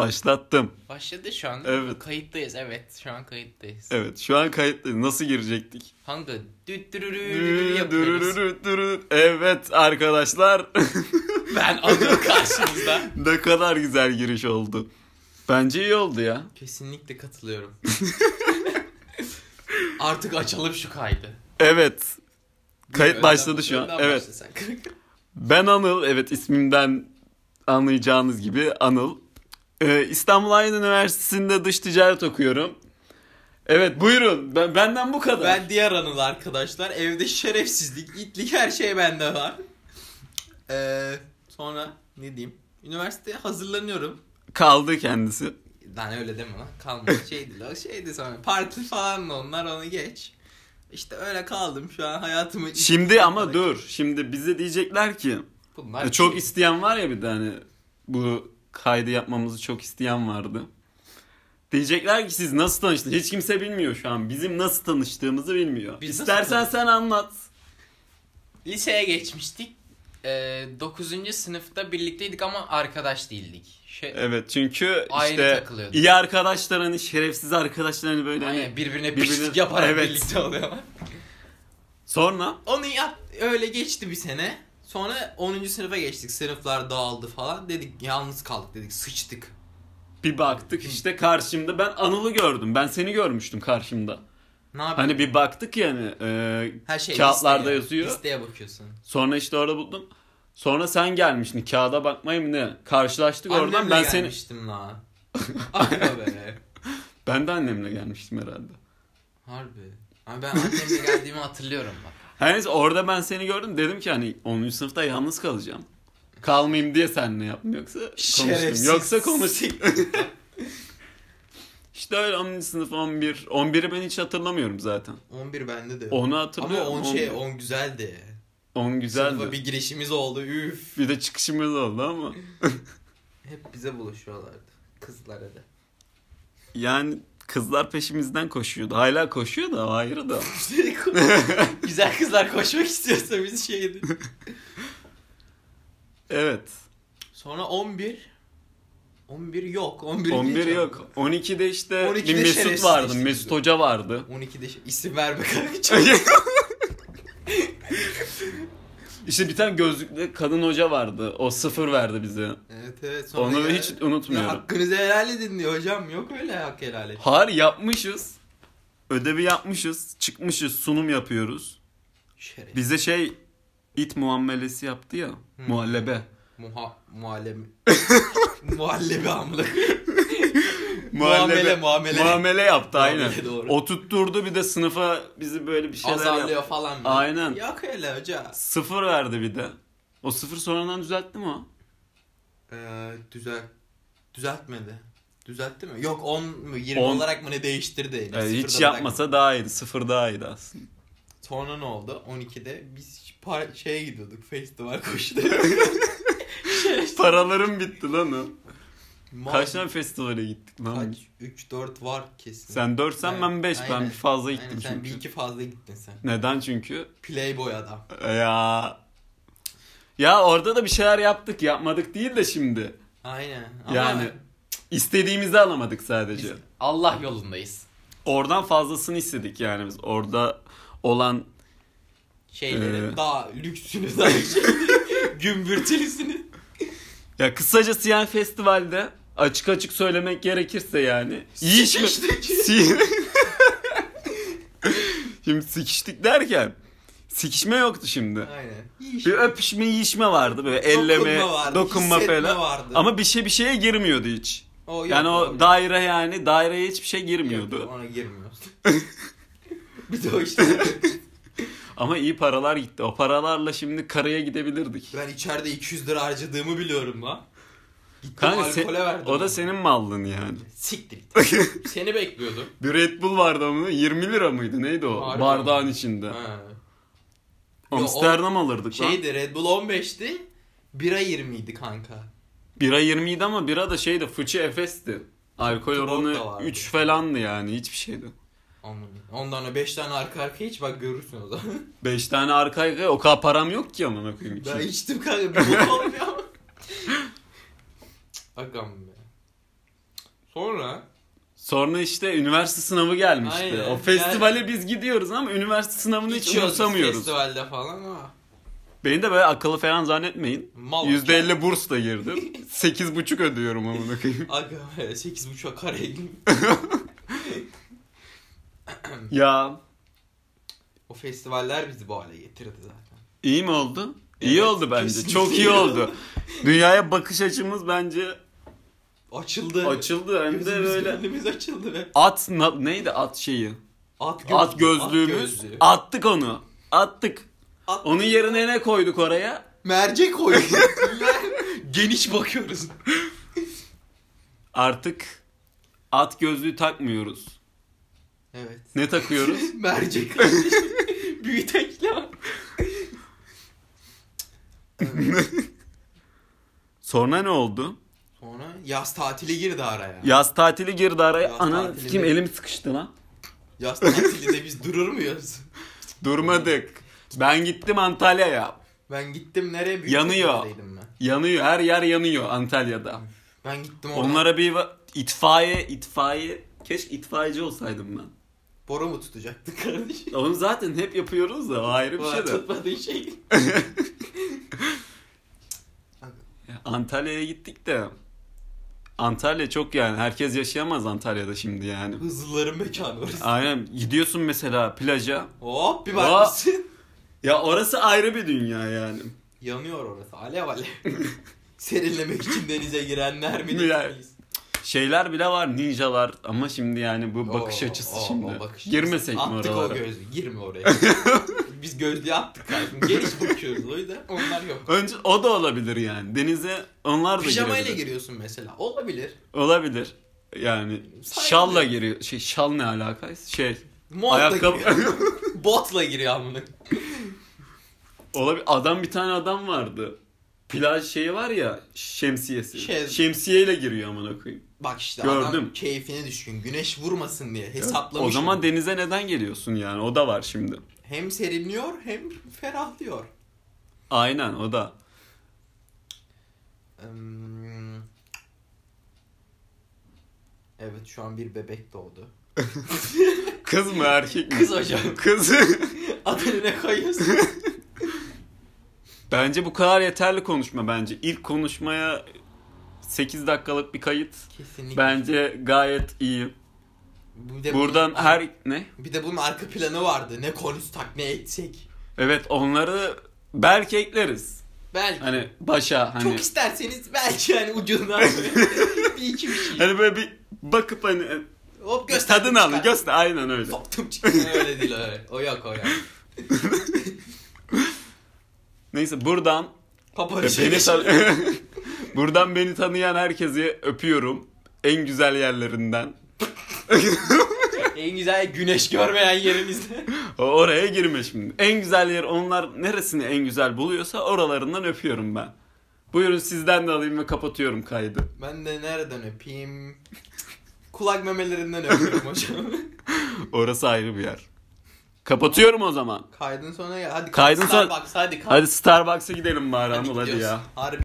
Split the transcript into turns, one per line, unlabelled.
Başlattım.
Başladı şu an.
Evet.
Kayıttayız evet. Şu an kayıttayız.
Evet şu an kayıtlı. Nasıl girecektik?
Hangi düt dürürü yapıyoruz.
Evet arkadaşlar
Ben adım karşınızda.
ne kadar güzel giriş oldu. Bence iyi oldu ya.
Kesinlikle katılıyorum. Artık açalım şu kaydı.
Evet. Kayıt
Önden-
başladı şu an.
önden
Evet.
başlasak.
Ben Anıl. Evet ismimden anlayacağınız gibi Anıl. Ee, İstanbul Aydın Üniversitesi'nde dış ticaret okuyorum. Evet buyurun. Ben, benden bu kadar.
ben diğer anıl arkadaşlar. Evde şerefsizlik, itlik her şey bende var. Ee, sonra ne diyeyim? Üniversiteye hazırlanıyorum.
Kaldı kendisi.
Lan öyle deme lan. Kalmadı. Şeydi lan. Şeydi sonra. Parti falan da onlar onu geç. İşte öyle kaldım şu an hayatımı.
Şimdi ama dur. Şimdi bize diyecekler ki
Bunlar şey.
çok isteyen var ya bir de hani bu kaydı yapmamızı çok isteyen vardı. Diyecekler ki siz nasıl tanıştınız? Hiç kimse bilmiyor şu an. Bizim nasıl tanıştığımızı bilmiyor.
Biz nasıl
İstersen
tanıştık?
sen anlat.
Liseye geçmiştik. Ee, 9. sınıfta birlikteydik ama arkadaş değildik. Şey,
Evet çünkü
Ayrı
işte
takılıyorduk.
iyi arkadaşlar hani şerefsiz arkadaşlar hani böyle hani.
aynen, birbirine
birbirine-
pislik yaparak
Evet.
birlikte oluyorlar.
Sonra
Onu yap öyle geçti bir sene. Sonra 10. sınıfa geçtik. Sınıflar dağıldı falan. Dedik yalnız kaldık dedik. Sıçtık.
bir baktık işte karşımda ben Anıl'ı gördüm. Ben seni görmüştüm karşımda.
Ne yapayım?
Hani bir baktık yani e,
Her şey
kağıtlarda
listeye-
yazıyor.
Listeye bakıyorsun.
Sonra işte orada buldum. Sonra sen gelmiştin. Kağıda bakmaya mı ne? Karşılaştık oradan.
Annemle
Ben seni
gelmiştim la. Aga be.
ben de annemle gelmiştim herhalde.
Harbi. Ama ben annemle geldiğimi hatırlıyorum bak.
Her neyse orada ben seni gördüm. Dedim ki hani 10. sınıfta yalnız kalacağım. Kalmayayım diye seninle yaptım yoksa
Şerefsiz.
konuştum. Yoksa konuşayım. işte öyle 10. sınıf 11. 11'i ben hiç hatırlamıyorum zaten.
11 bende de.
Onu
Ama
hatırlıyorum.
10 şey 10 güzeldi.
10
Sınıfa
güzeldi.
bir girişimiz oldu. Üf.
Bir de çıkışımız oldu ama.
Hep bize buluşuyorlardı. Kızlara da.
Yani kızlar peşimizden koşuyordu. Hala koşuyor da o ayrı da.
Güzel kızlar koşmak istiyorsa biz şey şeydi.
Evet.
Sonra 11. 11 yok. 11,
11
geçen.
yok. 12'de işte
12'de
bir Mesut
şerefsiz
vardı.
işte.
Mesut Hoca vardı.
12'de şey- isim verme kanka.
işte bir tane gözlüklü kadın hoca vardı. O sıfır verdi bize.
evet evet.
Onu
ya-
hiç
Ya
unutmuyorum.
hakkınızı helal edin diyor hocam. Yok öyle hak helal et.
Hayır yapmışız. Ödevi yapmışız. Çıkmışız. Sunum yapıyoruz.
Şeref.
Bize şey it muamelesi yaptı ya. Muhallebe.
Muha muallem. Muhallebi amına.
Muhallebe-
Muamele muamele.
Muamele yaptı
Muamele,
aynen.
doğru.
Oturtturdu bir de sınıfa bizi böyle bir şeyler yaptı.
Azarlıyor falan. böyle.
Aynen.
Yok öyle hoca.
Sıfır verdi bir de. O sıfır sonradan düzeltti mi o?
Ee, düzel düzeltmedi. Düzeltti mi? Yok 10 mu 20
On.
olarak mı ne değiştirdi? Ne,
Yani Ee, hiç
sıfırda bıraktı.
yapmasa daha iyiydi. Sıfır daha iyiydi aslında.
Sonra ne oldu? 12'de biz par- şeye gidiyorduk. Face to bar koşuda.
Paralarım bitti lan o.
Ma-
Kaç tane festivale gittik lan?
Kaç? 3 4 var kesin.
Sen 4 sen ben 5
Aynen.
ben bir fazla
Aynen,
gittim
sen
çünkü.
bir iki fazla gittin sen.
Neden çünkü? e,
Playboy adam.
Ya ya orada da bir şeyler yaptık yapmadık değil de şimdi.
Aynen.
Yani istediğimizi alamadık
biz
sadece.
Allah yolundayız.
Oradan fazlasını istedik yani biz. Orada olan
Şeyleri
Ee.
daha lüksünü daha şey, gümbürtülüsünü.
ya kısacası yani festivalde açık açık söylemek gerekirse yani iyi iş mi?
Sıçtık.
Si- şimdi sikiştik derken sikişme yoktu şimdi.
Aynen.
Bir öpüşme, yiyişme vardı böyle elleme, dokunma,
vardı, hissetme
falan.
vardı.
Ama bir şey bir şeye girmiyordu hiç.
O yok,
yani o
yok.
daire yani daireye hiçbir şey girmiyordu.
Yok, Ona girmiyor. bir de o işte.
Ama iyi paralar gitti. O paralarla şimdi karaya gidebilirdik.
Ben içeride 200 lira harcadığımı biliyorum lan. Gittim
Kanka
alkole
se-
verdim.
o da
onu.
senin mallın yani.
Siktir git. Seni bekliyordum.
Bir Red Bull vardı ama 20 lira mıydı neydi o
Harbi
bardağın
mi?
içinde.
Ha.
Amsterdam alırdık lan.
Şeydi Red Bull 15'ti. Bira 20 idi kanka.
Bira 20 idi ama bira da şeydi fıçı Efes'ti. Alkol
Tuborg da
oranı
vardı.
3 falandı yani hiçbir şeydi.
Anladım. Ondan da 5 tane arka arkaya iç bak görürsün o zaman.
5 tane arka arkaya o kadar param yok ki amına koyayım.
ben
için.
içtim kanka. Bir bok olmuyor ama. Agam be. Sonra
Sonra işte üniversite sınavı gelmişti.
Aynen.
O festivale biz gidiyoruz ama üniversite sınavını hiç yoğursamıyoruz.
Festivalde falan ama.
Beni de böyle akıllı falan zannetmeyin.
Mal.
%50 bursla girdim. 8,5 ödüyorum amına koyayım.
Aga 8.5'a kare.
ya
o festivaller bizi bu hale getirdi zaten.
iyi mi oldu? İyi
Evet,
oldu bence.
kesinlikle
Çok iyi
iyi
oldu. Dünyaya bakış açımız bence
Açıldı.
açıldı hem de
Gözümüz
böyle
gönlümüz açıldı be.
at na- neydi at şeyi?
At, gözlüğü,
At gözlüğümüz.
gözlüğü.
Attık onu. Attık.
At-
Onun yerine ne koyduk oraya?
Mercek koyduk. Geniş bakıyoruz.
Artık at gözlüğü takmıyoruz.
Evet.
Ne takıyoruz?
Mercek. Büyütekli var.
Sonra ne oldu?
Sonra yaz tatili girdi araya.
Yaz tatili girdi araya.
Yaz
Ana
tatilinde-
kim elim sıkıştı lan.
Yaz tatilinde biz durur muyuz?
Durmadık. Ben gittim Antalya'ya.
Ben gittim nereye?
Yanıyor.
Büyükçekmece'deydim Ben.
Yanıyor. Her yer yanıyor Antalya'da.
ben gittim orada.
Onlara bir va- itfaiye, itfaiye. Keşke itfaiyeci olsaydım ben.
Bora mu tutacaktık kardeşim?
Onu zaten hep yapıyoruz da o ayrı bir şey
Bora
de.
tutmadığı şey.
Antalya'ya gittik de. Antalya çok yani. Herkes yaşayamaz Antalya'da şimdi yani.
Hızlıların mekanı orası.
Aynen. Gidiyorsun mesela plaja.
Hop bir
Aa.
bakmışsın.
Ya orası ayrı bir dünya yani.
Yanıyor orası alev alev. Serinlemek için denize girenler mi?
Girer.
dediniz?
Şeyler bile var ninjalar ama şimdi yani bu bakış
Oo,
açısı
oo,
şimdi.
oo, bakış
Girmesek mi
açısı. Attık o
oralara?
gözlüğü. Girme oraya. Biz gözlüğü attık kardeşim. Geniş bakıyoruz o yüzden onlar yok.
Önce o da olabilir yani. Denize onlar da
Pijamayla
girebilir.
giriyorsun mesela. Olabilir.
Olabilir. Yani
Saygı.
şalla giriyor. Şey şal ne alakası? Şey
Montla
Ayakkabı-
giriyor. Botla giriyor amına.
olabilir. Adam bir tane adam vardı. Plaj şeyi var ya şemsiyesi.
Şez-
Şemsiyeyle giriyor amına koyayım.
Bak işte
Gördüm.
adam keyfine düşkün. Güneş vurmasın diye hesaplamış.
O zaman
bunu.
denize neden geliyorsun yani? O da var şimdi.
hem serinliyor hem ferahlıyor.
Aynen o da.
Hmm. Evet şu an bir bebek doğdu.
Kız mı erkek mi?
Kız hocam.
Kız.
Adını ne koyuyorsun?
Bence bu kadar yeterli konuşma bence. İlk konuşmaya 8 dakikalık bir kayıt
Kesinlikle.
bence gayet iyi.
Bir de bunun-
Buradan her ne?
Bir de bunun arka planı vardı. Ne konuşsak ne etsek.
Evet onları belki ekleriz.
Belki.
Hani başa hani.
Çok isterseniz belki yani ucundan böyle bir iki bir şey.
Hani böyle bir bakıp hani
Hop göster.
tadını alın göster aynen öyle.
Soktum çıktı. öyle değil öyle. O yok o yok.
Neyse buradan
Papa
E, beni tan- buradan beni tanıyan herkesi öpüyorum. En güzel yerlerinden.
En güzel güneş görmeyen yerinizde.
O- Oraya girme şimdi. En güzel yer onlar neresini en güzel buluyorsa oralarından öpüyorum ben. Buyurun sizden de alayım ve kapatıyorum kaydı.
Ben de nereden öpeyim? Kulak memelerinden öpüyorum hocam.
Orası ayrı bir yer. Kapatıyorum o zaman.
Kaydın sonuna gel. Hadi
Kaydın son-
Starbucks hadi kalk.
Hadi Starbucks'a gidelim bari Anıl hadi
gidiyoruz.
ya.
Harbi.